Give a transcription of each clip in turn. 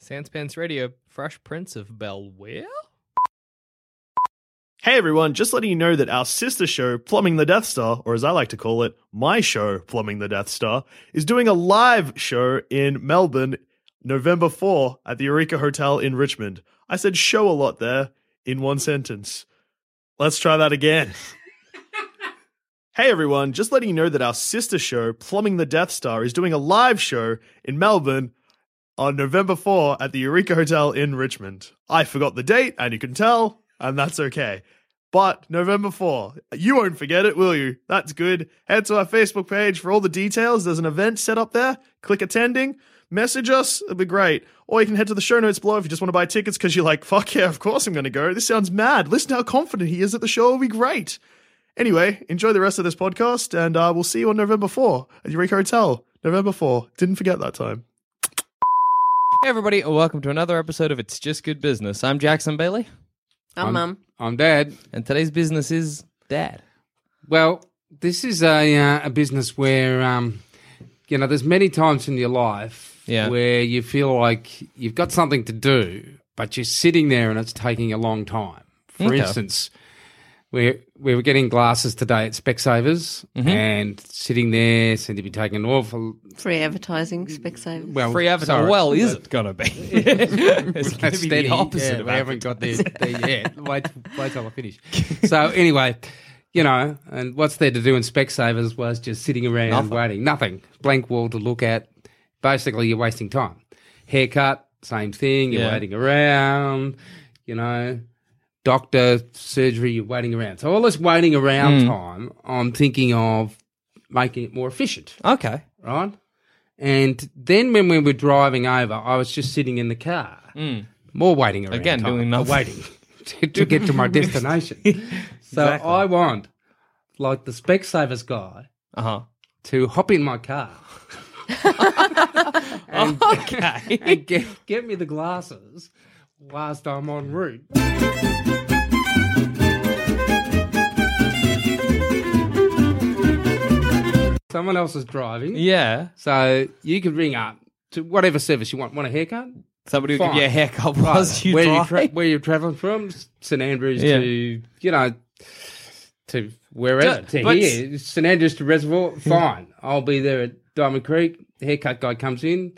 Sanspants Radio, Fresh Prince of Bel Air. Hey everyone, just letting you know that our sister show, Plumbing the Death Star, or as I like to call it, my show, Plumbing the Death Star, is doing a live show in Melbourne November 4 at the Eureka Hotel in Richmond. I said show a lot there in one sentence. Let's try that again. Hey everyone, just letting you know that our sister show, Plumbing the Death Star, is doing a live show in Melbourne on November 4 at the Eureka Hotel in Richmond. I forgot the date, and you can tell, and that's okay. But November 4, you won't forget it, will you? That's good. Head to our Facebook page for all the details. There's an event set up there. Click attending. Message us, it'd be great. Or you can head to the show notes below if you just want to buy tickets because you're like, fuck yeah, of course I'm going to go. This sounds mad. Listen to how confident he is that the show will be great. Anyway, enjoy the rest of this podcast, and uh, we'll see you on November 4 at Eureka Hotel. November 4. Didn't forget that time. Hey everybody, and welcome to another episode of It's Just Good Business. I'm Jackson Bailey, I'm mum. I'm dad. and today's business is dad. Well, this is a uh, a business where um, you know there's many times in your life Yeah. where you feel like you've got something to do, but you're sitting there and it's taking a long time. For Okay. instance, we we were getting glasses today at Specsavers Mm-hmm. and sitting there seemed to be taking an awful Free advertising, Specsavers. well Free advertising. sorry. Well, is it gonna be? it's gonna That's be steady. the opposite Yeah, of we haven't advertising. got there, there yet. Wait, wait till I finish. so anyway, you know, and what's there to do in Specsavers was just sitting around waiting. Nothing. Blank wall to look at. Basically, you're wasting time. Haircut, same thing. You're Yeah. waiting around. You know, doctor, surgery, you're waiting around. So all this waiting around Hmm. time, I'm thinking of making it more efficient Okay. right? And then when we were driving over, I was just sitting in the car, more waiting around. Mm. Again, time, doing but nothing. waiting to, to get to my destination. So I want, like the Specsavers guy, Uh huh. to hop in my car and, Okay. and get, get me the glasses whilst I'm en route. Someone else is driving. yeah. So you can ring up to whatever service you want. Want a haircut? Somebody will give Fine. you a haircut whilst you where drive. tra- where you're traveling from, S- St Andrews Yeah. to you know to wherever Ju- to but- here, St Andrews to Reservoir. Fine, I'll be there at Diamond Creek. The haircut guy comes in.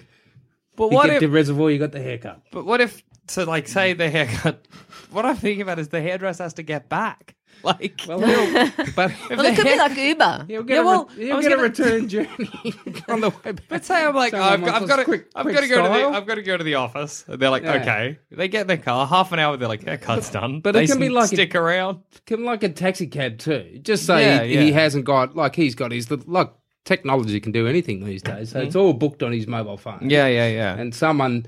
but You what get if? to Reservoir, you got the haircut. but what if? So like, say the haircut. What I'm thinking about is the hairdresser has to get back. Like, Well, he'll, but well, it could be like Uber. he'll get, Yeah, a, well, re- I he'll was get a gonna- return journey on the way back. But say I'm like, Someone I've, wants I've us got to, quick- I've quick got to go to the, style. I've got to go to the office. They're like, Yeah. okay, they get in their car. Half an hour, they're like, haircut's done. But they it can be s- like a- stick around. Come like a taxi cab too. Just say Yeah, he, yeah. he hasn't got like he's got his like technology can do anything these days. Mm-hmm. So it's all booked on his mobile phone. Yeah, yeah, yeah. And someone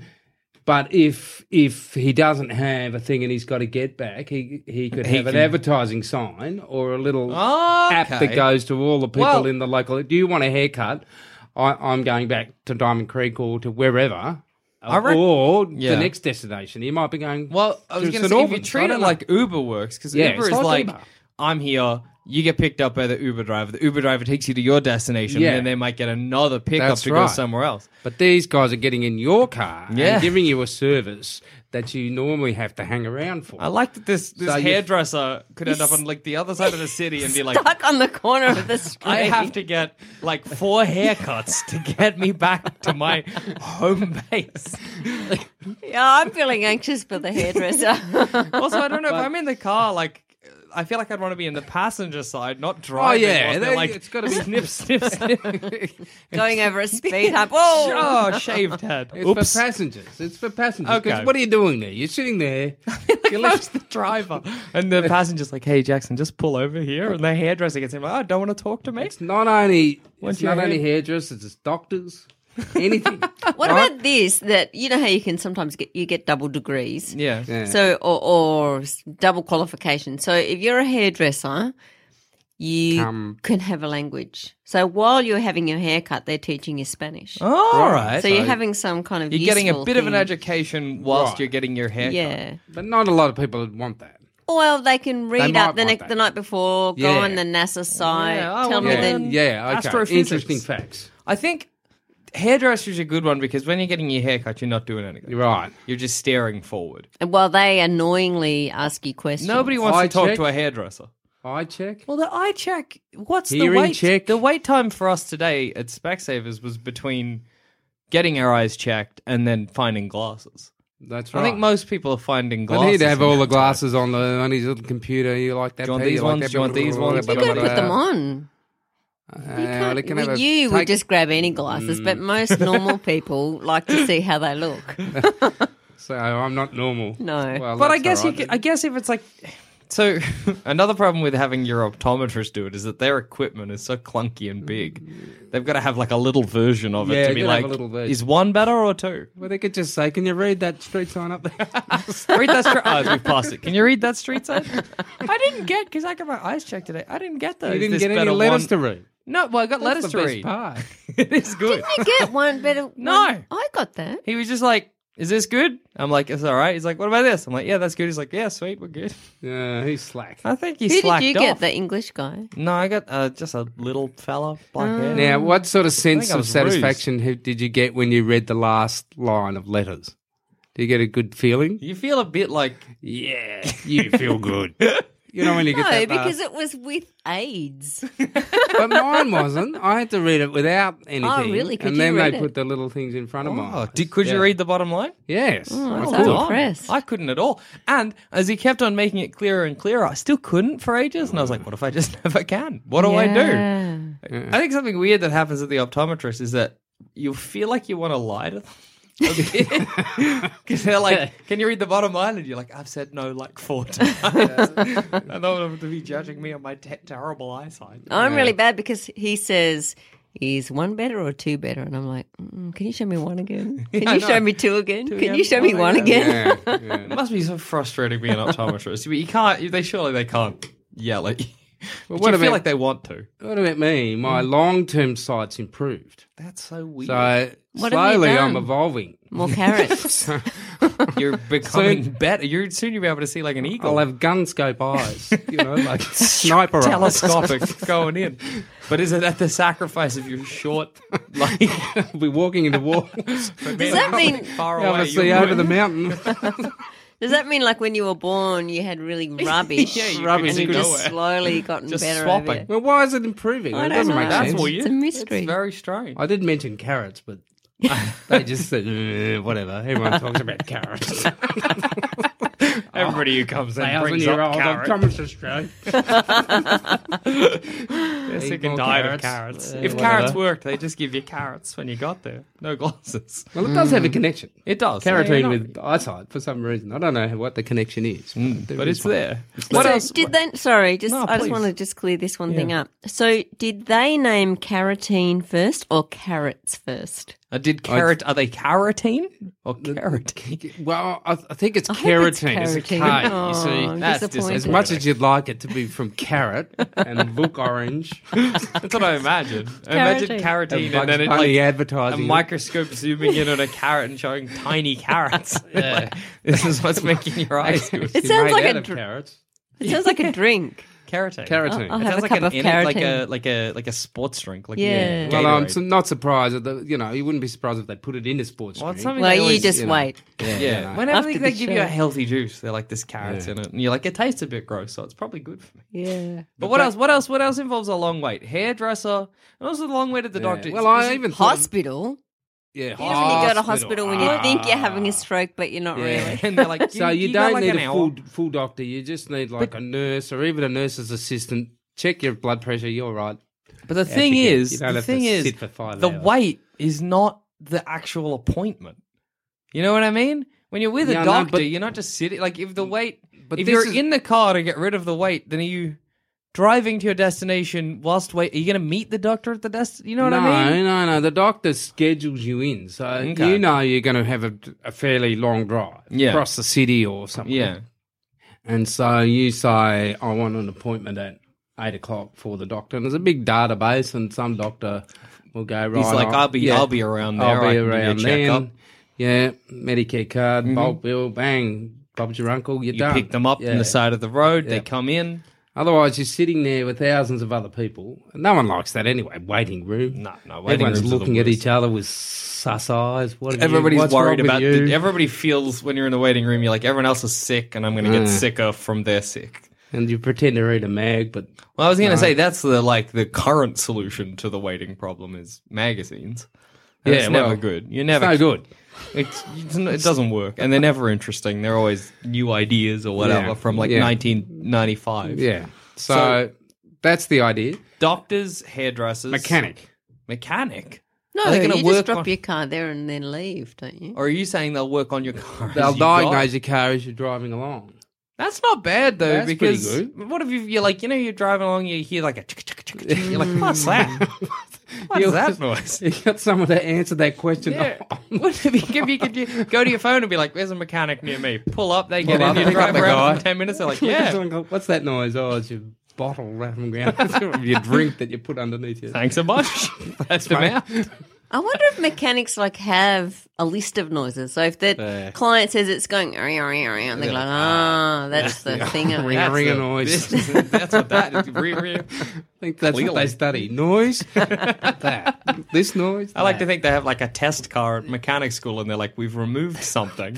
but if if he doesn't have a thing and he's got to get back, he he could He have an can- advertising sign or a little app Okay. that goes to all the people Well- in the local. Do you want a haircut? I, I'm going back to Diamond Creek or to wherever, reckon- or Yeah. the next destination. He might be going. well, I was to going St. to say, if you Albans. I treat don't know. it like Uber works, because Yeah, Uber it's like is like, Uber. I'm here. You get picked up by the Uber driver. The Uber driver takes you to your destination, Yeah. and then they might get another pickup That's to go right. somewhere else. But these guys are getting in your car Yeah. and giving you a service that you normally have to hang around for. I like that this, this So you- hairdresser could end up on like the other side of the city and be like, Stuck on the corner of the street. I have to get like four haircuts to get me back to my home base. Yeah, I'm feeling anxious for the hairdresser. Also, I don't know if I'm in the car, like. I feel like I'd want to be in the passenger side, not Oh driving. yeah, whilst they're they- like it's got to be snip, snip, snip. Going over a speed hump. Whoa! oh, shaved head. It's for passengers. It's for passengers. 'Cause Okay. What are you doing there? You're sitting there. you're Like, left- the driver. And the passenger's like, hey, Jackson, just pull over here. And the hairdresser gets him like, oh, I don't want to talk to me. It's not only Once it's not you're only in- hairdressers, it's doctors, anything. What about this? That you know how you can sometimes get you get double degrees. Yeah. Yeah. So or, or s- double qualification. So if you're a hairdresser, you Um, can have a language. So while you're having your haircut, they're teaching you Spanish. All right. so you're having some kind of You're getting a useful bit of an thing. education whilst Right. you're getting your hair Yeah. but not a lot of people would want that. Well, they can read might up the want next that. the night before, go Yeah. on the NASA site, Yeah, I tell want me that. Yeah, then. yeah, okay. Astrophysics. Interesting facts. I think hairdresser's a good one because when you're getting your haircut, you're not doing anything. You're right. You're just staring forward. And while they annoyingly ask you questions. Nobody wants Eye to talk check. to a hairdresser. Eye check. Well, the eye check. What's the Hearing wait? check. The wait time for us today at Specsavers was between getting our eyes checked and then finding glasses. That's I right. think most people are finding I glasses. need to have in all the that glasses on the on his little computer. You like that? Do you want Pete? these You like ones? that? Do you want these ones? you Blah, blah, got to gotta put them on. Uh, You, can't, they can well, have a- you would take- Mm. just grab any glasses, but most normal people like to see how they look. So I'm not normal. No. Well, But I that's guess all you right. could, I guess if it's like so another problem with having your optometrist do it is that their equipment is so clunky and big. They've got to have like a little version of it Yeah, to you be gotta have like a little version. is one better or two? Well, they could just say, "Can you read that street sign up there?" read that street oh, we've passed it. Can you read that street sign? I didn't get because I got my eyes checked today. I didn't get those. you didn't This get any better letters one- to read. No, well I got That's letters the to best read. part. it is good. I get one, but it- No. one- I got that. He was just like, Is this good? I'm like, It's all right. He's like, What about this? I'm like, Yeah, that's good. He's like, Yeah, sweet, we're good. Yeah, he's Um, slack. I think he Who did slacked you off. get? The English guy. No, I got uh, just a little fella, black Oh. hair. Now, what sort of I sense think I of was bruised. satisfaction have- did you get when you read the last line of letters? Do you get a good feeling? You feel a bit like Yeah, you feel good. you know when you get No, that uh, last- because it was with AIDS. but mine wasn't. I had to read it without anything. Oh, really? Could and you then read they it? put the little things in front of mine. Oh, did, could Yeah. you read the bottom line? Yes. I I was could. Oh, impressed. I couldn't at all. And as he kept on making it clearer and clearer, I still couldn't for ages. And I was like, what if I just never can? What do I Yeah. do? I think something weird that happens at the optometrist is that you feel like you want to lie to them. Because they're like, can you read the bottom line? And you're like, I've said no like four times. I don't want them to be judging me on my te- terrible eyesight. I'm really bad because he says, is one better or two better? And I'm like, mm, can you show me one again? Can I you know. show me two again? can again, you show me one one again." again? Yeah, yeah. It must be so frustrating being an optometrist. but you can't. They surely they can't yell at you. But what you feel about- like they want to. What about me? My Mm. long term sight's improved. That's so weird. So What have you slowly done? I'm evolving. More carrots. you're becoming better. You're soon you'll be able to see like an eagle. I'll have gun scope eyes, you know, like sniper eyes. telescopic going in. But is it at the sacrifice of your short? Like I'll be walking into walls. Does that mean far away? I'll see you're over good. the mountain. does that mean like when you were born you had really rubbish Yeah, you could rubbish see and you just nowhere. slowly gotten Just better over swapping. it? well, why is it improving? I it don't doesn't know. make That's sense. weird. It's a mystery. It's very strange. I did mention carrots, but they just said, "Uh, whatever. Everyone talks about carrots. Everybody who comes in brings Thousand-year-old up of carrots. Thomas Australia. They're sick Eat and more tired of carrots. carrots. Uh, if carrots worked, they just give you carrots when you got there. No glasses. Well, it does have a connection. It does. Yeah, Carotene you're with eyesight for some reason. I don't know what the connection is. Mm, there but is it's one. there. so did they sorry, just No, I just please. want to just clear this one thing up. So did they name carotene first or carrots first? Uh, did carrot? Are they carotene or carrot? Well, I, I think it's I hope it's carotene. It's, carotene. a K. you Oh, see, I'm That's disappointed. as much as you'd like it to be from carrot and book orange, That's what I imagine. I imagine carotene, and Bugs then it Bunny like a advertising. microscope zooming in on a carrot and showing tiny carrots. Like, this is what's making your eyes good. It sounds like a out of dr- carrots. It sounds like a drink. Carotene. Carotene. I'll It have sounds a like cup an of ener- like carotene. a like a like a sports drink. Like Yeah. Gatorade. Well, I'm su- not surprised. At the, you know, you wouldn't be surprised if they put it in a sports Well, it's drink. something Well, they you always- just you know. wait. Yeah. Yeah. Whenever After they, the they give you show. a healthy juice, they're like this carrots in it, and you're like, it tastes a bit gross, so it's probably good for me. Yeah. But, what else? What else? What else involves a long wait? Hairdresser, and also the long wait at the Yeah. doctor. Well, I Is- even thought- Hospital. Yeah, Ah. You know when you go to hospital when you Ah. think you're having a stroke, but you're not really. and they're like, So you, you got don't like need an a hour. full full doctor. You just need like a nurse or even a nurse's assistant. Check your blood pressure. You're right. But the thing you can- is, you don't the have to thing is, sit for five the hours. wait is not the actual appointment. You know what I mean? When you're with Yeah, I a know, doctor, but- Mm. you're not just sitting. Like if the wait, but if this you're is- in the car to get rid of the wait, then are you driving to your destination whilst wait? Are you going to meet the doctor at the desk? You know what no, I mean? no, no. The doctor schedules you in, so Okay. you know you're going to have a, a fairly long drive Yeah. across the city or something. Yeah. And so you say, I want an appointment at eight o'clock for the doctor. And there's a big database, and some doctor will go, right. like, on- "I'll be- I'll be around there. I'll I be can give you a around checkup." Mm-hmm. then. Yeah, Medicare card, bulk bill, bang, Bob's your uncle, you're You done. pick them up yeah. on the side of the road. They Yeah. come in. Otherwise, you're sitting there with thousands of other people. No one likes that anyway. Waiting room. No, no, waiting Everyone's rooms are the looking at worst. each other with sus eyes. What have you- Everybody's what's wrong worried with about. you? The, everybody feels when you're in the waiting room, you're like everyone else is sick, and I'm going to get sicker from their sick. and you pretend to read a mag, but Well, I was going to say that's the like the current solution to the waiting problem is magazines. And Yeah, it's well, never good. You never no good. It's, it's n- it doesn't work, and they're never interesting. They're always new ideas or whatever Yeah, from like yeah. 1995. Yeah. So, So- that's the idea. Doctors, hairdressers, Mechanic. mechanic. No, Are they gonna you work just drop on- your car there and then leave, don't you? Or are you saying they'll work on your car? as They'll you drive? diagnose your car as you're driving along. That's not bad though, That's pretty because good. what if you, you're like you know you're driving along, you hear like a tick, tick, tick, tick, you're like what's that? What's You'll- that noise? You got someone to answer that question. Yeah. what if you, if you could ju- go to your phone and be like, "There's a mechanic near me." Pull up, they get Pull up, in, you pick up drive the around guy. for ten minutes. They're like, "Yeah, What's that noise? Oh, it's your bottle wrapping around your drink that you put underneath your. thanks a bunch." That's them out. I wonder if mechanics like have a list of noises. So if the client says it's going ring ring ring, and they're like, ah, that's the thing. Ring I- a ring a the- noise. I That's what that is. Re- re- think that's what Clearly. they study. Noise. that. This noise. I like to think they have like a test car at mechanic school, and they're like, "We've removed something,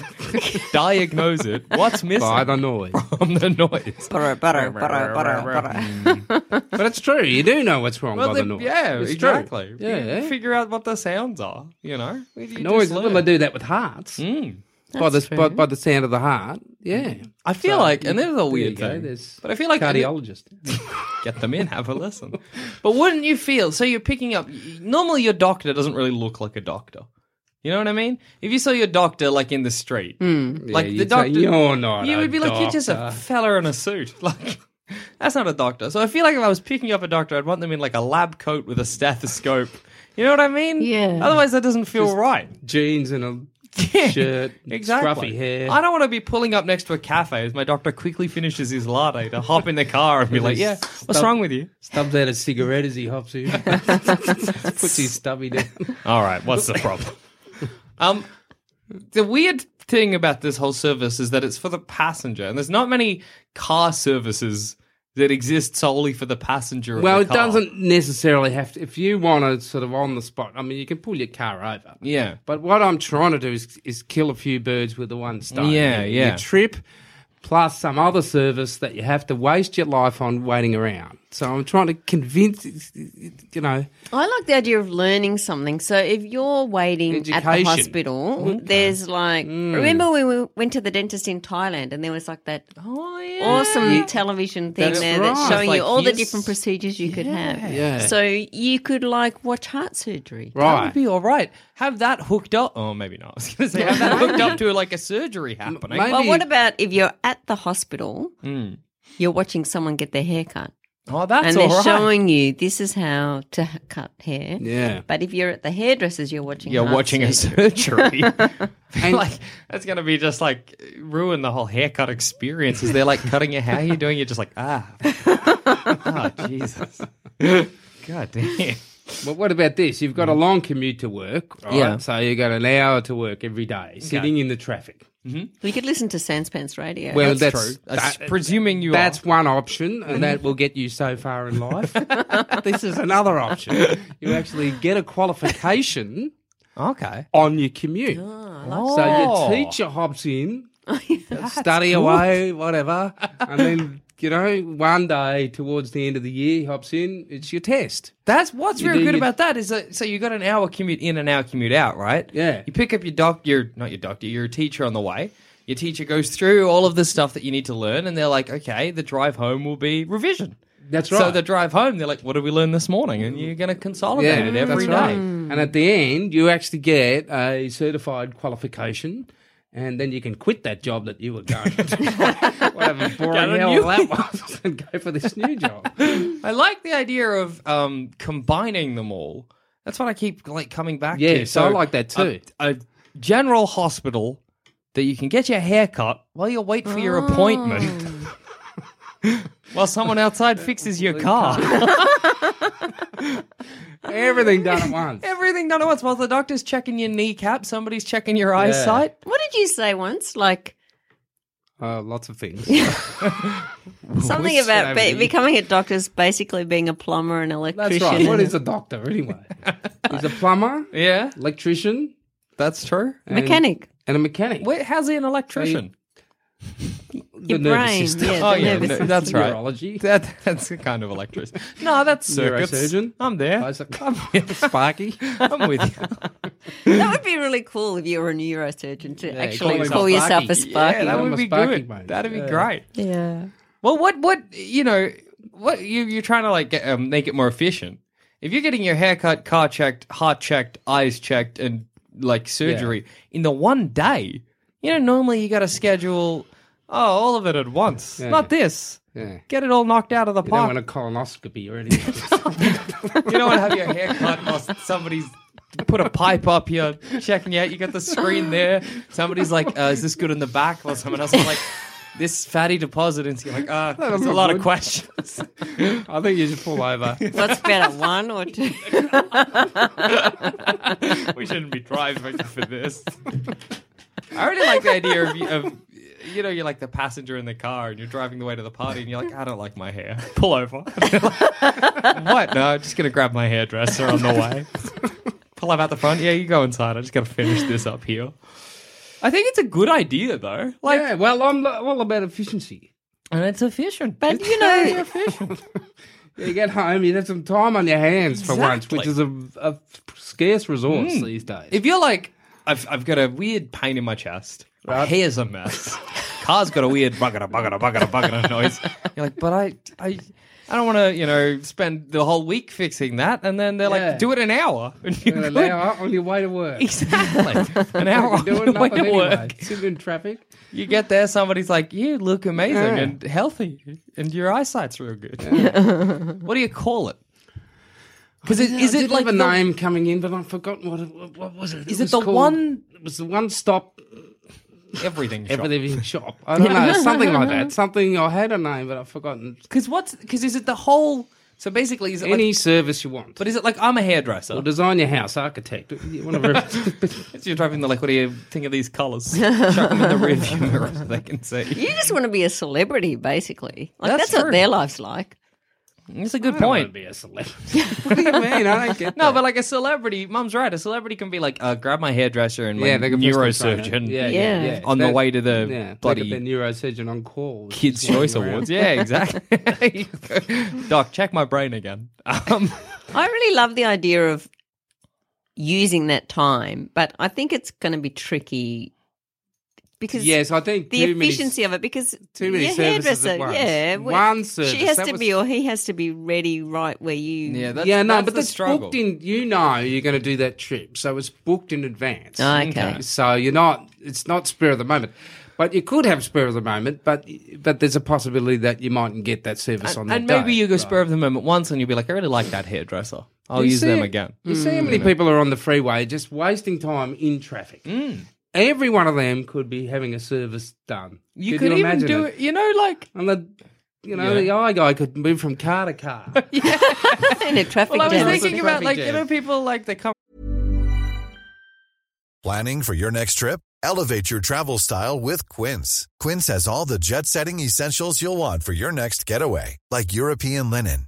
diagnose it. What's missing?" By the noise. from the noise. Butter, butter, butter, butter, butter. but it's true. You do know what's wrong by Well, the they- noise. yeah, it's true. exactly. Yeah. You yeah. Figure out what the sounds are. You know, You just noise. Well, learn. Mm. Hmm. they do that with hearts. By the That's by, true. by the sound of the heart. Yeah. I feel like, and this is a weird There you go, thing, there's but I feel like cardiologist. get them in, have a listen. But wouldn't you feel? So you're picking up. Normally, your doctor doesn't really look like a doctor. You know what I mean? If you saw your doctor like in the street, like Hmm. you'd the say, doctor, "You're not You a would be like, you're just a doctor." fella in a suit. Like that's not a doctor. So I feel like if I was picking up a doctor, I'd want them in like a lab coat with a stethoscope. You know what I mean? Yeah. Otherwise, that doesn't feel right. Jeans and a Yeah, shirt, exactly. scruffy hair. I don't want to be pulling up next to a cafe as my doctor quickly finishes his latte to hop in the car and be like, "Yeah, what's Stop. wrong with you?" Stubs out a cigarette as he hops in. Puts his stubby down. All right, what's the problem? um, the weird thing about this whole service is that it's for the passenger, and there's not many car services that exist solely for the passenger. of Well, the it car. doesn't necessarily have to. If you want to sort of on the spot, I mean, you can pull your car over. Yeah. But what I'm trying to do is, is kill a few birds with the one stone. Yeah, Your- yeah. Your trip plus some other service that you have to waste your life on waiting around. So I'm trying to convince, you know, I like the idea of learning something. So if you're waiting at the Education. hospital, there's like remember when we went to the dentist in Thailand and there was like that Oh yeah. awesome television thing That's there that's right. showing Like, you all the here's- different procedures you could have. Yeah. So you could like watch heart surgery. That would right. be all right. Have that hooked up. Oh, maybe not. I was going to say have that hooked up to like a surgery happening. Maybe- Well, what about if you're at the hospital, you're watching someone get their hair cut, oh, that's and all they're right. showing you this is how to h- cut hair. Yeah. But if you're at the hairdressers, you're watching. You're heart watching a surgery. surgery. And- like that's gonna be just like ruin the whole haircut experience. Is they're like cutting your hair, you're doing you're just like ah, oh Jesus, god damn. But what about this? You've got a long commute to work, right? Yeah. So you got an hour to work every day, sitting in the traffic. We could listen to Sanspants radio. Well, that's, True. That's that- presuming you that's are. Mm-hmm. one option, and that will get you so far in life. this is another option. You actually get a qualification Okay. on your commute. Oh. So your teacher hops in, study away, whatever, and then you know one day towards the end of the year he hops in. It's your test. That's what's You real do good your- about that is that so you got an hour commute in and hour commute out, right? Yeah. You pick up your doc, your not your doctor, your teacher on the way. Your teacher goes through all of the stuff that you need to learn, and they're like, "Okay, the drive home will be revision." That's So right. the drive home, they're like, "What did we learn this morning?" And you're going to consolidate yeah, it every that's day. right. And at the end, you actually get a certified qualification. And then you can quit that job that you were going to. Whatever boring a hell new- that was, and go for this new job. I like the idea of um, combining them all. That's what I keep like coming back to. Yeah, so I like that too. A, a general hospital that you can get your hair cut while you wait for your appointment. while someone outside fixes your car. Everything done at once. Everything done at once. While the doctor's checking your kneecap, somebody's checking your eyesight. what did you say once? Like Uh, lots of things. something Which about be- celebrity? becoming a doctor is basically being a plumber and electrician. That's right. What and- is a doctor anyway? He's a plumber, Yeah, electrician, that's true. and- mechanic? and a mechanic. Wait, how's he an electrician? Your the brain, yeah, the Oh, yeah, nervous no, system. that's right. Neurology. That, that's a kind of electrician. No, that's circuits. Neurosurgeon. I'm there. Isaac. Sparky. I'm with you. That would be really cool if you were a neurosurgeon to actually call call, yourself yourself a Sparky. Sparky. Yeah, that I'm would a be Sparky good. mate. That'd be Yeah. great. yeah. Well, what what you know, what you you're trying to like get, um, make it more efficient. If you're getting your haircut, car checked, heart checked, eyes checked, and like surgery in the one day, you know, normally you got to schedule oh all of it at once. Not this. Yeah. Get it all knocked out of the You park. don't want a colonoscopy or anything. you don't want to have your haircut whilst somebody's put a pipe up here, checking you out. You got the screen there. Somebody's like, uh, "Is this good in the back?" While someone else is like, "This fatty deposit." And so you're like, "Ah, there's a not lot of good." questions." I think you should pull over. What's better, one or two? we shouldn't be driving for this. I already like the idea of, of you know, you're like the passenger in the car and you're driving the way to the party and you're like, I don't like my hair. Pull over. what? No, I'm just going to grab my hairdresser on the way. Pull up out the front. Yeah, you go inside. I just got to finish this up here. I think it's a good idea, though. Like, yeah, well, I'm lo- all about efficiency. and it's efficient. But you know, You get home, you have some time on your hands for once, Exactly. Hmm. which is a, a scarce resource these days. If you're like, I've, I've got a weird pain in my chest, my hair's a mess, car's got a weird bugger, bugger, bugger, bugger noise. You're like, but I, I, I don't want to, you know, spend the whole week fixing that. And then they're Yeah. like, do it an hour. And you An could. hour Uh, on your way to work. Exactly. An hour You're on doing your nothing way to anyway. work. Sitting in traffic. You get there, somebody's like, you look amazing Yeah. and healthy, and your eyesight's real good. what do you call it? Because Yeah, is I it did like have a the- name coming in, but I've forgotten what it, what- what was it. Is it was the called- one- It was the one stop everything? shop? everything shop. I don't know, something like that. Something I had a name, but I've forgotten. Because what's because is it the whole? So basically, is it Any like? service you want, But is it like I'm a hairdresser? or design your house, architect, whatever. So you're driving the like, what do you think of these colours? Chuck them in the rearview mirror so they can see. you just want to be a celebrity, basically. Like That's that's, true. what their life's like. It's a good I want to point. be a celebrity. what do you mean? I don't get No, that. but like a celebrity, Mum's right. A celebrity can be like, uh, grab my hairdresser and yeah, my they can neurosurgeon Yeah, yeah, Yeah. yeah. on the They- way to the yeah, they bloody got their neurosurgeon on call. Kids' Choice Awards. Yeah, exactly. Doc, check my brain again. Um, I really love the idea of using that time, but I think it's going to be tricky because Yes, I think the too many- efficiency of it because too many your services hairdresser, at once. yeah, One well, service, she has that to was- be or he has to be ready right where you. yeah, that's, yeah, no, that's but the that's struggle. booked in. You know, you're going to do that trip, so it's booked in advance. Okay. so you're not. It's not spur of the moment, but you could have spur of the moment. But but there's a possibility that you mightn't get that service on and that and maybe day. you go spur of the moment once, and you'll be like, I really like that hairdresser. I'll You use see- them again. Mm. You see how many people are on the freeway just wasting time in traffic. Mm. Every one of them could be having a service done. You could even imagine do it. You know, like And the you know, the eye guy could move from car to car. Oh, in a traffic Well, I was jam. thinking about Traffic like you jam. know people like they come Planning for your next trip? Elevate your travel style with Quince. Quince has all the jet setting essentials you'll want for your next getaway, like European linen,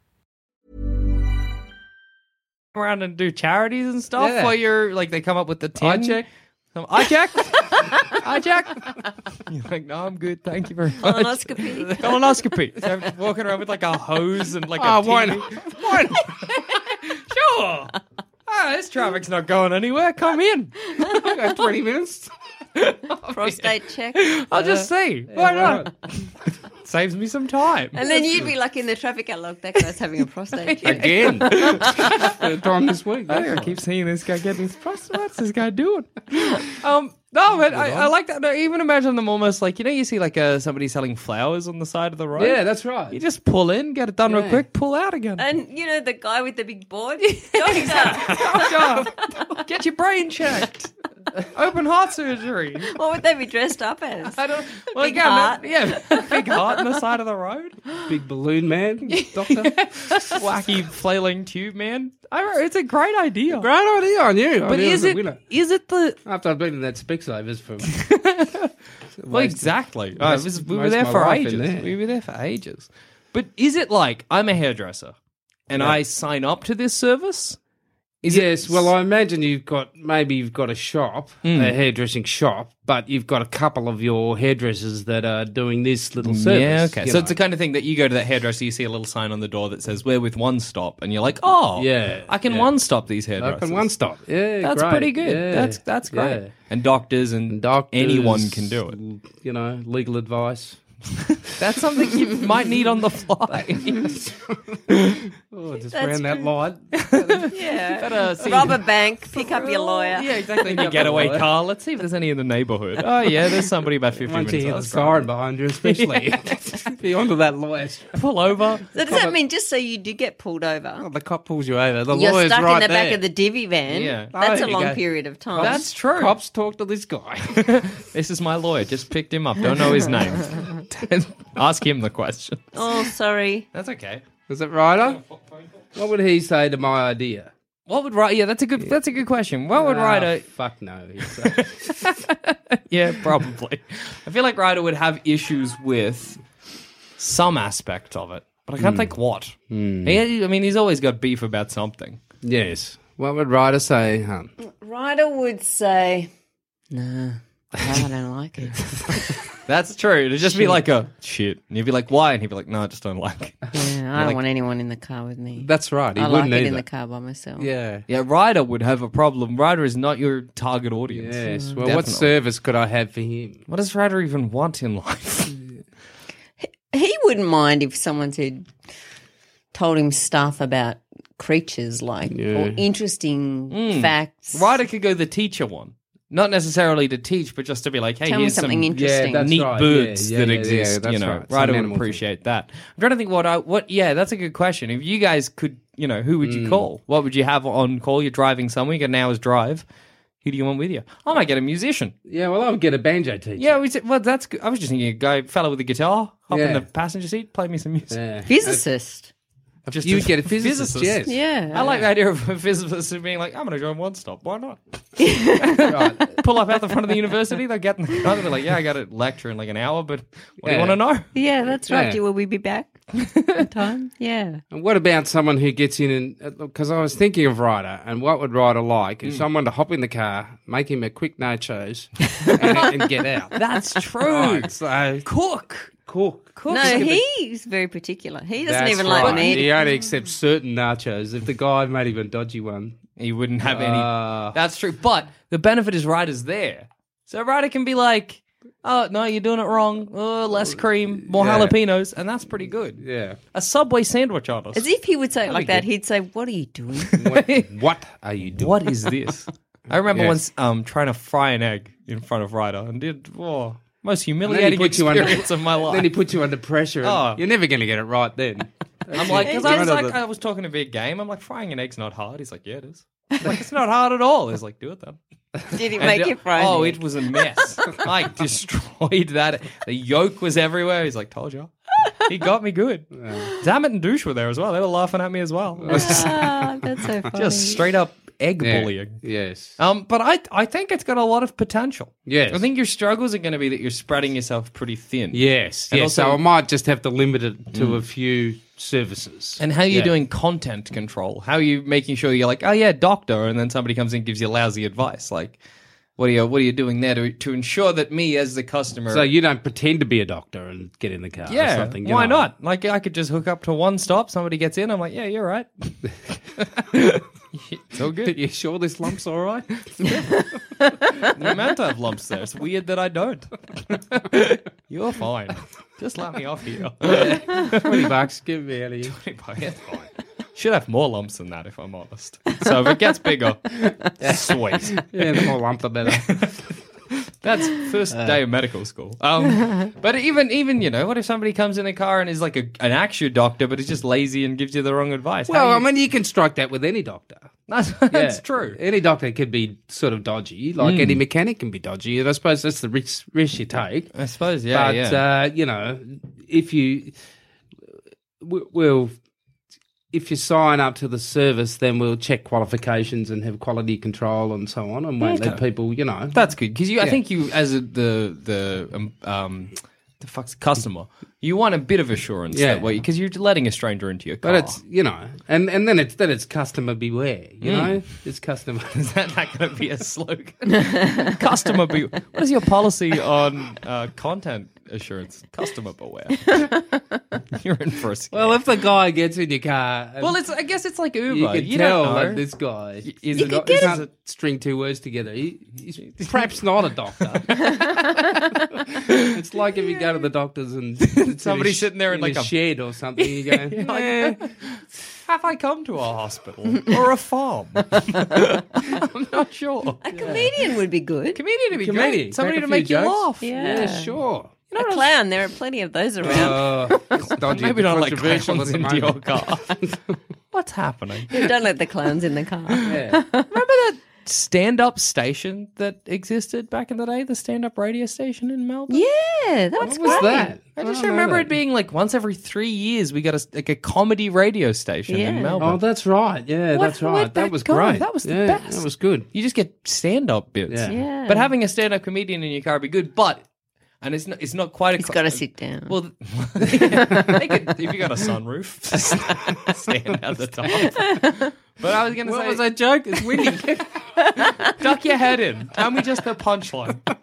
around and do charities and stuff Yeah. while you're like they come up with the tin. I check. Some, I check. I check. You're like, no, I'm good. Thank you very much. Colonoscopy. Colonoscopy. So I'm walking around with like a hose and like a. Ah, why tin. not? Why not? Sure. Ah, this traffic's not going anywhere. Come in. I got 20 minutes. prostate check. I'll just Uh, see. Why not? Saves me some time. And then you'd be like in the traffic outlook, that guy's having a prostate check. Again. Third time this week. I keep seeing this guy getting his prostate. What's this guy doing? Um, no, but I, I like that. I even imagine them almost like you know you see like uh, somebody selling flowers on the side of the road. Yeah, that's right. You just pull in, get it done real Yeah. quick, pull out again. And you know the guy with the big board? Going down. Job. Get your brain checked. Open heart surgery. What would they be dressed up as? I don't. Well, Big again, heart. yeah, big heart on the side of the road. Big balloon man, doctor. Wacky flailing tube man. I, re- it's a great idea. Great idea, I knew. I but knew is was a it? winner. Is it the? After I've been in that Specsavers for Well, exactly. Oh, it was, we were most there my for life in ages. there. We were there for ages. But is it like I'm a hairdresser and I sign up to this service? Is yes, it, well, I imagine you've got maybe you've got a shop, Hmm. a hairdressing shop, but you've got a couple of your hairdressers that are doing this little service. Mm, Yeah, okay. you So it's the know. kind of thing that you go to that hairdresser, you see a little sign on the door that says "We're with one stop," and you're like, "Oh, Yeah, I can yeah. one stop these I hairdressers." can one stop. Yeah, That's great. pretty good. Yeah, That's that's great. yeah. And doctors and, Doctors, anyone can do it. You know, legal advice. That's something you might need on the fly. Oh, just That's ran that true. line. yeah. Rob a bank, pick up your lawyer. yeah, exactly. Your getaway car. Let's see if there's any in the neighborhood. Oh yeah, there's somebody about 50 Once minutes. you hear the That's great. siren behind you, especially. Be onto that lawyer. Pull over. So does that mean just so you do get pulled over, The cop pulls you over. The you're lawyer's stuck right in the there. back of the divvy van? Yeah. That's Oh, a you long go- period of time. That's true. Cops talk to this guy. This is my lawyer. Just picked him up. Don't know his name. Ask him the question. oh, sorry. That's okay. Is it Ryder? What would he say to my idea? What would Ryder? Yeah, that's a good. That's a good question. What would Ah, Ryder? fuck no. uh, he'd say. Yeah, probably. I feel like Ryder would have issues with some aspect of it, but I can't think what. He- I mean, he's always got beef about something. yes. What would Ryder say, hun? Ryder would say, "No, I don't like it." That's true. It'd just be like a shit, and he'd be like, "Why?" and he'd be like, "No, I just don't like." it." Yeah, I don't want anyone in the car with me. That's right. He I like wouldn't it either. in the car by myself. Yeah. Yeah, Ryder would have a problem. Ryder is not your target audience. Yes. Well, what Definitely. service could I have for him? What does Ryder even want in life? He wouldn't mind if someone said, told him stuff about creatures, like or interesting Hmm. facts. Ryder could go the teacher one. Not necessarily to teach, but just to be like, hey, Tell me here's something some interesting. that's- neat right. birds Yeah, yeah, yeah, that yeah, exist. that's you know, right. It's an Ryder would animal thing. appreciate that. I'm trying to think what I what. Yeah, that's a good question. If you Hmm. guys could, you know, who would you call? What would you have on call? You're driving somewhere. You got an hour's drive. Who do you want with you? I might get a musician. Yeah, well, I would get a banjo teacher. Yeah, we said, well, that's good. I was just thinking a guy, fella with a guitar, hop in Yeah. the passenger seat, play me some music. Yeah. Physicist. Just You would get a physicist, yes. Yeah. I Uh. like the idea of a physicist being like, I'm going to join One Stop. Why not? Pull up out the front of the university. They get in the car. They're like, yeah, I got a lecture in like an hour, but Yeah. what do you want to know? Yeah, that's right. Yeah. Do- Will we be back in time? Yeah. And what about someone who gets in and because I was thinking of Ryder and what would Ryder like is someone to hop in the car, make him a quick nachos, and, and get out. That's true. Right, so cook, cook, cook. No, he's very particular. He doesn't even like meat. He only accepts certain nachos. If the guy made him a dodgy one, He wouldn't have any. Ah. That's true. But the benefit is Ryder's there. So Ryder can be like, oh, no, you're doing it wrong. Oh, less cream, more Yeah. jalapenos. And that's pretty good. yeah. A Subway sandwich on us. As if he would say it like that, he'd say, What are you doing? What, what are you doing? what is this? I remember Yeah. once um, trying to fry an egg in front of Ryder and did, oh, most humiliating puts you under- experience of my life. Then he puts you under pressure. and Oh. You're never going to get it right then. I'm like, because I Right was on like, the- I was talking a big game. I'm like, frying an egg's not hard. He's like, yeah, it is. I'm like, it's not hard at all. He's like, do it then. Did he And make the- you frozen? Oh, it was a mess. I destroyed that. The yolk was everywhere. He's like, told you. He got me good. Damn it and douche were there as well. They were laughing at me as well. It was just- Ah, that's so funny. just straight up egg Yeah. bullying. Yes. Um, but I I think it's got a lot of potential. Yes. I think your struggles are going to be that you're spreading yourself pretty thin. Yes. And yes. so also- Mm. I might just have to limit it to a few services. And how are you Yeah. doing content control? How are you making sure you're like, oh yeah, doctor, and then somebody comes in and gives you lousy advice? Like, what are you what are you doing there to to ensure that me as the customer? So you don't pretend to be a doctor and get in the car or yeah, something. you why know? not? Like, I could just hook up to one stop. Somebody gets in. I'm like, yeah, you're right. it's all good. You sure this lump's all right? You're meant to have lumps there. It's weird that I don't. you're fine. Just let me off here. 20 bucks, give me any. Should have more lumps than that, if I'm honest. So if it gets bigger, sweet. Yeah, the more Uh. lump, the better. That's first day of medical school. Um, but even even you know, what if somebody comes in a car and is like a, an actual doctor, but is just lazy and gives you the wrong advice? How well, do I you- mean, you can strike that with any doctor. that's, Yeah. that's true. Mm. Any doctor could be sort of dodgy, like any mechanic can be dodgy, and I suppose that's the risk, risk you take. I suppose, yeah, but, yeah. Uh, you know, if you, w- we'll, if you sign up to the service, then we'll check qualifications and have quality control and so on, and won't let people, you know. that's good because you, I think you, as a, the the um, um, the fuck's customer, you want a bit of assurance Yeah. that way because you're letting a stranger into your car. But it's you know, and and then it's then it's customer beware. Hmm. You know, it's customer. Is that not going to be a slogan? Customer be. What is your policy on uh, content assurance? Customer beware. You're in for a scare. well, if the guy gets in your car, and Well, it's. I guess it's like Uber. you You, can don't tell know. that this guy is You a could doc- get he a- can't string two words together. He, he's perhaps not a doctor. it's like if you go to the doctors and it's Somebody a sh- sitting there in like a a- shed or something. You go, "Eh, Have I come to a hospital or a farm? I'm not sure. a comedian would be good. Comedian to be Comedian, great. Somebody crack a to make few you jokes. laugh. yeah. yeah, sure. a clown. There are plenty of those around. Uh, it's dodgy, Maybe not like controversial clowns at the into your moment. car. What's happening? Don't let the clowns in the car. Yeah. Uh, Remember that stand-up station that existed back in the day? The stand-up radio station in Melbourne. Yeah, that was What was great. that? I just don't know remember that. it being like once every three years we got a, like a comedy radio station in Yeah. Melbourne. Oh, that's right. Yeah, What- that's right. where'd That that was go? great. That was the Yeah, best. That was good. you just get stand-up bits. Yeah. Yeah. But having a stand-up comedian in your car would be good, but and it's not it's not quite a. He's co- got to sit down. Well, th- they could, if you got a sunroof, stand out the top. But I was going to What say, was that joke? It's winning. duck your head in. Tell me just the punchline. but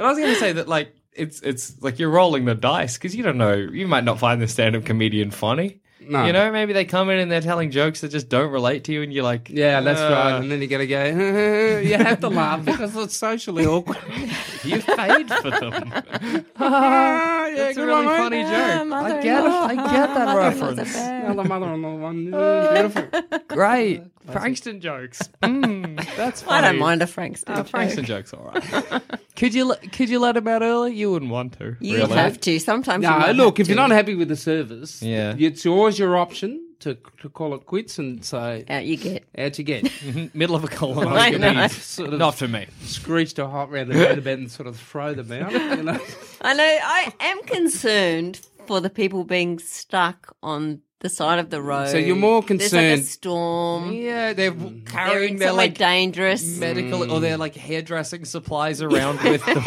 I was going to say that, like, it's it's like you're rolling the dice because you don't know. You might not find the stand-up comedian funny. No. You know, maybe they come in and they're telling jokes that just don't relate to you, and you're like, Yeah, that's "Uh, right. And then you got to go. you have to laugh because it's socially awkward. You paid for them. Ah, yeah, It's a really Ah, funny joke. I get it. I get that reference. Another mother-in-law one. Mm, beautiful. Great. Frankston jokes. Mm, that's I funny. don't mind a Frankston. Uh, joke. Frankston joke's all right. could you le- could you let him out early? You wouldn't want to. You really. have to. Sometimes you No, might look, have if you're to. not happy with the service, Yeah. it's yours your option to, to call it quits and say, Out you get. out you get. Middle of a colon. I know. sort of Not for me. screech to a hot round the roundabout and sort of throw them out. You know? I know. I am concerned for the people being stuck on the side of the road. Mm, So you're more There's like a concerned- storm. Yeah, they're They're carrying in their somewhere like dangerous. medical or they're like hairdressing supplies around with them,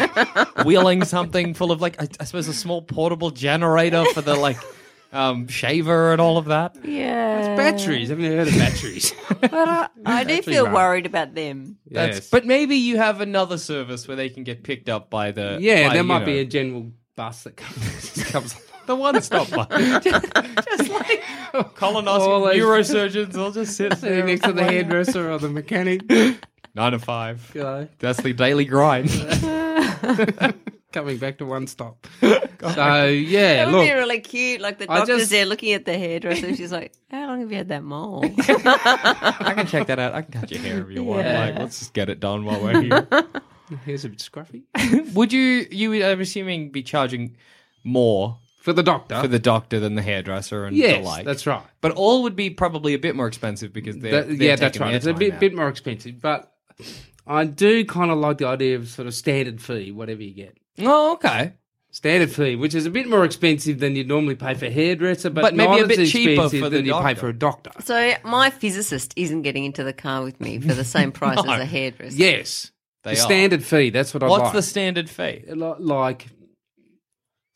wheeling something full of like I, I suppose a small portable generator for the like um, shaver and all of that. Yeah. batteries. Haven't you heard of batteries? But I, I do feel worried about them. That's, Yes. But maybe you have another service where they can get picked up by the yeah, by, there you might know, be a general bus that comes. comes the one stop by. just like All colonoscopy those- neurosurgeons, they'll just sit sitting there next to the hairdresser or the mechanic. nine to five. You know, That's the daily grind. coming back to one stop. so yeah, That would be look, really cute. Like the I doctor's just- there looking at the hairdresser. and She's like, "How long have you had that mole?" I can check that out. I can cut your hair if you want. Yeah. Like, let's just get it done while we're here. here's a bit scruffy Would you? You would, I'm assuming, be charging more for the doctor. for the doctor than the hairdresser and yes, the like. that's right. But all would be probably a bit more expensive because they're, That- they're yeah, that's taking right. their It's a time bit, out. bit more expensive, but I do kind of like the idea of sort of standard fee, whatever you get. Oh, okay. Standard fee, which is a bit more expensive than you'd normally pay for hairdresser, but, But maybe not a bit as cheaper expensive for the than you pay doctor. for a doctor. so my physicist isn't getting into the car with me for the same price as a hairdresser. Yes, They the are. standard fee. That's what What's I like. the standard fee? Li- like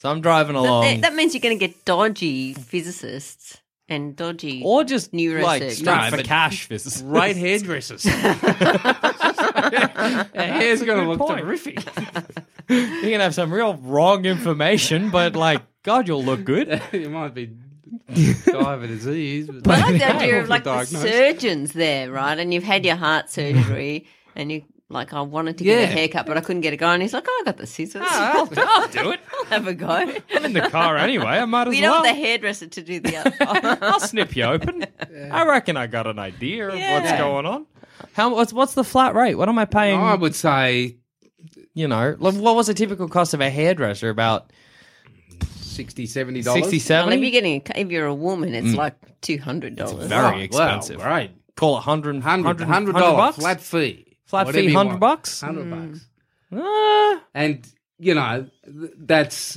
So I'm driving along, That, that means you're going to get dodgy physicists and dodgy. or just like Neurosurgeon. straight No, for but- cash. This is right hairdressers. Their hair's going to look point. terrific. You're gonna have some real wrong information, but like, God, you'll look good. it might be die of a disease. But I like the idea of like the Diagnosed. surgeons there, right? And you've had your heart surgery, and you like I wanted to get a Yeah. haircut, but I couldn't get a go. And he's like, oh, I got the scissors. Ah, I'll, I'll do it. I'll have a go. I'm in the car anyway. I might as We well. don't want the hairdresser to do the other. I'll snip you open. I reckon I got an idea of what's Yeah. going on. How what's what's the flat rate? What am I paying? I would say you know, like, what was the typical cost of a hairdresser? About 60 $70. sixty well, if seven. you're getting, a, if you're a woman, Mm. it's like two hundred dollars. very Oh, expensive. Wow, great. Call it 100, 100 100, $100, bucks. flat fee. Flat Whatever fee, you 100 want. bucks? 100 bucks. Ah, And, you know, th- that's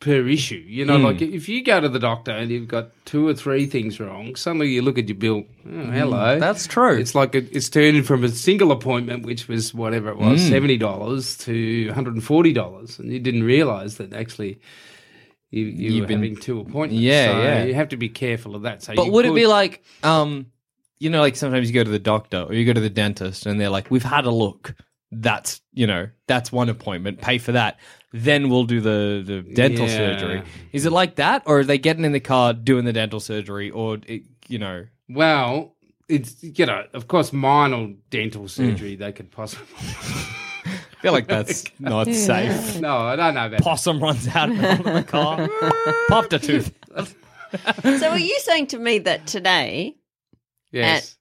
per issue. You Hmm. know, like if you go to the doctor and you've got two or three things wrong, suddenly you look at your bill, oh, hello. Hmm. that's true. It's like it, it's turned from a single appointment, which was whatever it Hmm. was, seventy dollars to one hundred and forty dollars, and you didn't realise that actually you, you You've were been- having two appointments. Yeah, so yeah. You have to be careful of that. So, but you would it could- be like, um, you know, like sometimes you go to the doctor or you go to the dentist and they're like, we've had a look. That's, you know, that's one appointment. Pay for that. Then we'll do the, the dental Yeah. surgery. Is it like that? Or are they getting in the car doing the dental surgery or, it, you know, well? It's you know, of course, minor dental surgery they could possibly. I feel like that's not safe. no, I don't know about. Possum runs out in the front of the car, popped a tooth. So, were you saying to me that today yes,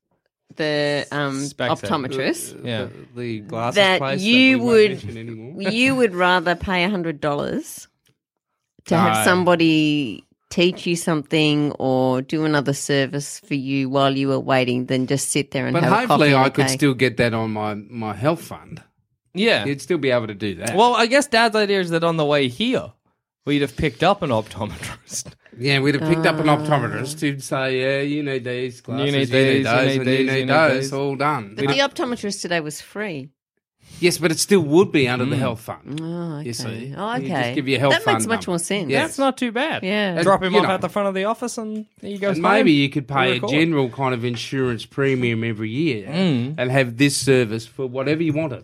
the um, Spectre. optometrist, Yeah. the glasses that place you we won't would- mention anymore. you would rather pay hundred dollars to No. have somebody teach you something or do another service for you while you were waiting than just sit there and But have a coffee hopefully, and I a could cake. still get that on my my health fund. Yeah. You'd still be able to do that. Well, I guess Dad's idea is that on the way here, we'd have picked up an optometrist. Yeah, we'd have picked up uh, an optometrist who'd say, "Yeah, you need these glasses, you need, need these, you those, need and these, you need, you need those, those." all done." But the optometrist today was free. yes, but it still would be under the health fund. Oh, okay. You see, Oh, You okay. just give your health that fund makes much number. more sense. Yes. That's not too bad. Yeah. And, Drop him you off know, at the front of the office and there you go. And maybe you could We pay a record. general kind of insurance premium every year and have this service for whatever you wanted.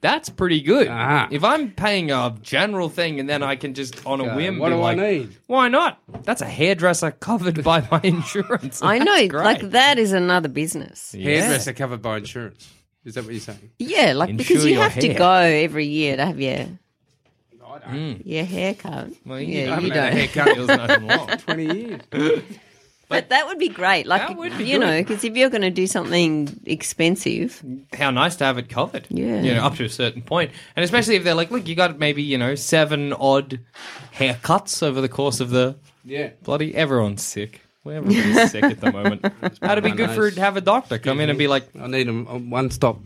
That's pretty good. Ah. If I'm paying a general thing and then I can just on a Uh, whim what be do like, I need? Why not? That's a hairdresser covered by my insurance. I know, That's great. like that is another business. Yeah, Hairdresser covered by insurance. Is that what you're saying? like Insure because you your have to hair. go every year to have your your haircut. Well, yeah, haven't you had a don't. haircut in yours in so long. Twenty years. But that would be great. Like, That would be you good. know, because if you're going to do something expensive, how nice to have it covered. Yeah. You know, up to a certain point. And especially if they're like, look, you got maybe, you know, seven odd haircuts over the course of the Yeah. bloody everyone's sick. Well, Everybody's sick at the moment. That'd be my good for nose. to have a doctor come in and be like, I need a, a one stop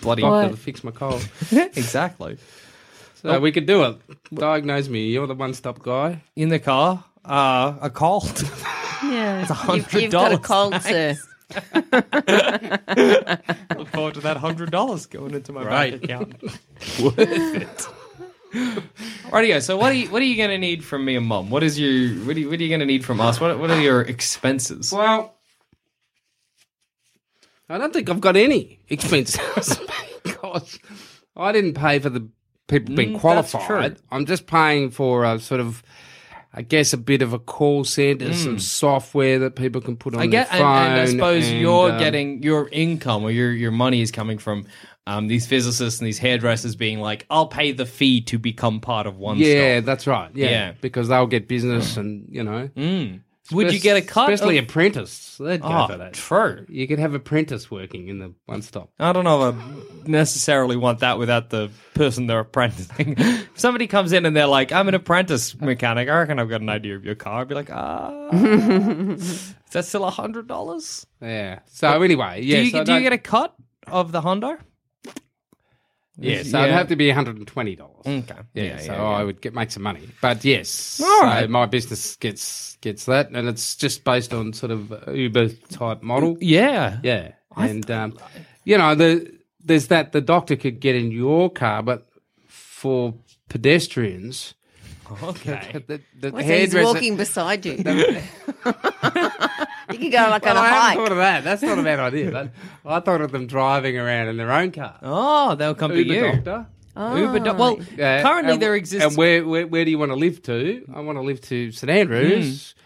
bloody doctor What? to fix my cold. Exactly. So we could do it. Diagnose me. You're the one stop guy. In the car, uh, a cold. yeah, you've, $100 you've got a cold, max. sir. Look forward to that hundred dollars going into my Right. bank account. Worth it. Rightio, so what are you what are you gonna need from me and mum? What is your what are you, what are you gonna need from us? What what are your expenses? Well, I don't think I've got any expenses because I didn't pay for the people being Mm, that's qualified. true. I'm just paying for a sort of, I guess, a bit of a call center, some software that people can put on Mm. I get, their and, phone. and I suppose and, you're um, getting your income or your your money is coming from um, these physicists and these hairdressers being like, "I'll pay the fee to become part of one." Yeah, Stop." that's right. Yeah, Yeah. because they'll get business, and you know, Would you get a spec- cut? Especially of- apprentice. They'd go for oh, that. true. You could have apprentice working in the one stop. I don't know if I necessarily want that without the person they're apprenticing. if somebody comes in and they're like, I'm an apprentice mechanic, I reckon I've got an idea of your car, I'd be like, ah. is that still a $100? Yeah. So anyway, yeah. do you, so I do you don't- get a cut of the Honda? Yeah, so it'd Yeah. have to be one hundred and twenty dollars. Okay. Yeah, Yeah, so yeah, I would get make some money, but yes, All so right. my business gets gets that, and it's just based on sort of Uber type Mm, model. Yeah. Yeah, and um, you know, the there's that the doctor could get in your car, but for pedestrians, Okay. the, the So he's hairdresser- walking beside you. you could go like on Well, a I haven't hike. thought of that. That's not a bad idea. That, I thought of them driving around in their own car. oh, they'll come Uber to you. doctor. Uber Oh, doc- Well, Yeah, currently and- there exists And where, where where do you want to live to? I want to live to St Andrews. Hmm.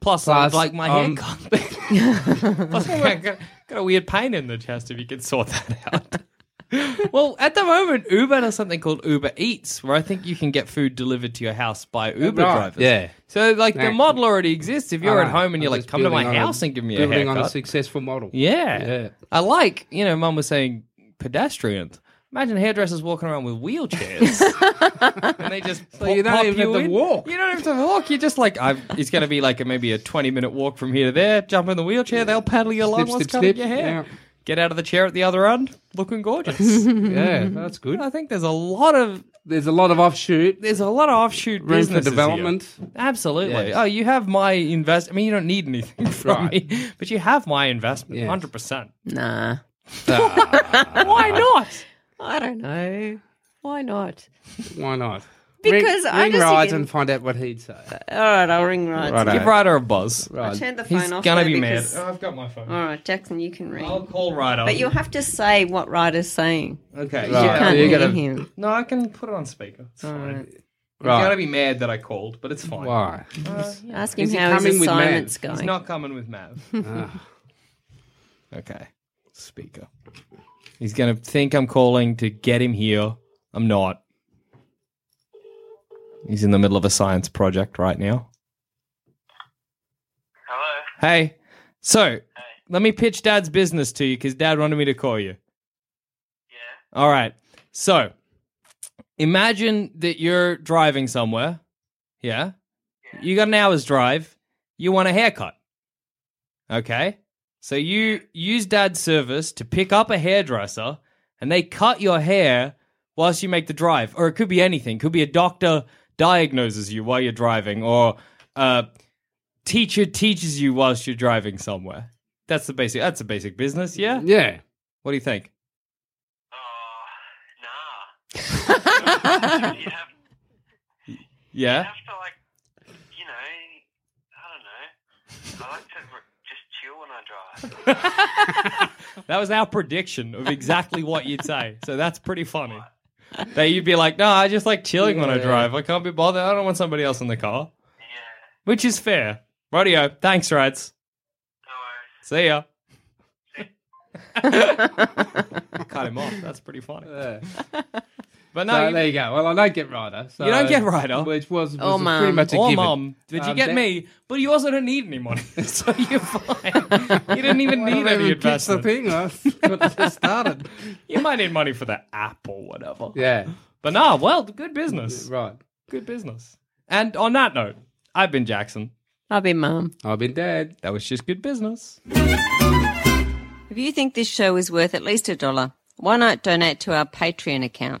plus, plus, I'd like my um, hand cut. plus, I've got, got a weird pain in the chest if you could sort that out. well, at the moment, Uber does something called Uber Eats, where I think you can get food delivered to your house by Uber right, drivers. yeah. So, like, the Yeah. model already exists. If you're I at know. home and you're I'm like, just come to my building on a- house and give me a building on a haircut. successful model. yeah. Yeah. I like, you know, Mum was saying pedestrian. Imagine hairdressers walking around with wheelchairs, and they just so you don't even have to walk. You don't have to walk. You're just like, I've, it's going to be like a, maybe a 20 minute walk from here to there. Jump in the wheelchair, they'll paddle you along Snip, snip, whilst cutting snip. your hair. Yeah. Get out of the chair at the other end, looking gorgeous. yeah, that's good. I think there's a lot of There's a lot of offshoot there's a lot of offshoot room for businesses here. development. Absolutely. Yes. Oh, you have my invest. I mean, you don't need anything from Right. me, but you have my investment, Yes. hundred percent. Nah, Why not? I don't know. Why not? Why not? Because ring, I ring just Rides think- and find out what he'd say. All right, I'll ring right. Righto. Give Ryder a buzz. Right. Turn the phone He's off. gonna though, be mad. because- Oh, I've got my phone. All right, Jackson, you can ring. I'll call Ryder. But you'll have to say what Ryder's saying. Right. okay. Yeah. So Can't you hear gotta- him. No, I can put it on speaker. It's fine. right. He's Right. gonna be mad that I called, but it's fine. Why? Ask him Is he how his coming with Matt? assignment's He's going. not coming with Mav. Ah. okay. Speaker. He's gonna think I'm calling to get him here. I'm not. He's in the middle of a science project right now. Hello. Hey, so let me pitch Dad's business to you because Dad wanted me to call you. Yeah. All right. So imagine that you're driving somewhere. Yeah. You got an hour's drive. You want a haircut. Okay. So you use dad's service to pick up a hairdresser and they cut your hair whilst you make the drive. Or it could be anything. could be a doctor diagnoses you while you're driving or a teacher teaches you whilst you're driving somewhere. That's the basic that's the basic business, yeah? Yeah. What do you think? Oh, nah. Uh, you have, Yeah. have to like, you know, I don't know. I like to r- just chill when I drive. That was our prediction of exactly what you'd say. So that's pretty funny. That you'd be like, no, I just like chilling when I drive. I can't be bothered. I don't want somebody else in the car. Which is fair. Radio. Thanks, Rads. No worries. See ya. Cut him off. That's pretty funny. But no, So you- there you go. Well, I don't get Ryder. So you don't get Ryder, which was, was Oh, a- pretty much a or given. mum. Did you Um, get that- me? But you also don't need any money, so you're fine. You didn't even Why need did I any even pitch the investment. thing? I started. You might need money for the app or whatever. Yeah. But no, well, good business. Right. Good business. And on that note, I've been Jackson. I've been mum. I've been dad. That was just good business. If you think this show is worth at least a dollar, why not donate to our Patreon account?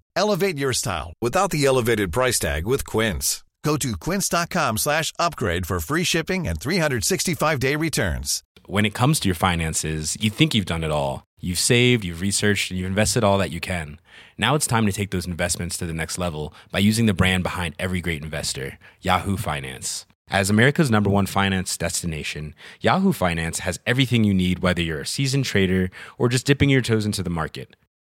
Elevate your style without the elevated price tag with Quince. Go to quince.com slash upgrade for free shipping and 365-day returns. When it comes to your finances, you think you've done it all. You've saved, you've researched, and you've invested all that you can. Now it's time to take those investments to the next level by using the brand behind every great investor, Yahoo Finance. As America's number one finance destination, Yahoo Finance has everything you need, whether you're a seasoned trader or just dipping your toes into the market.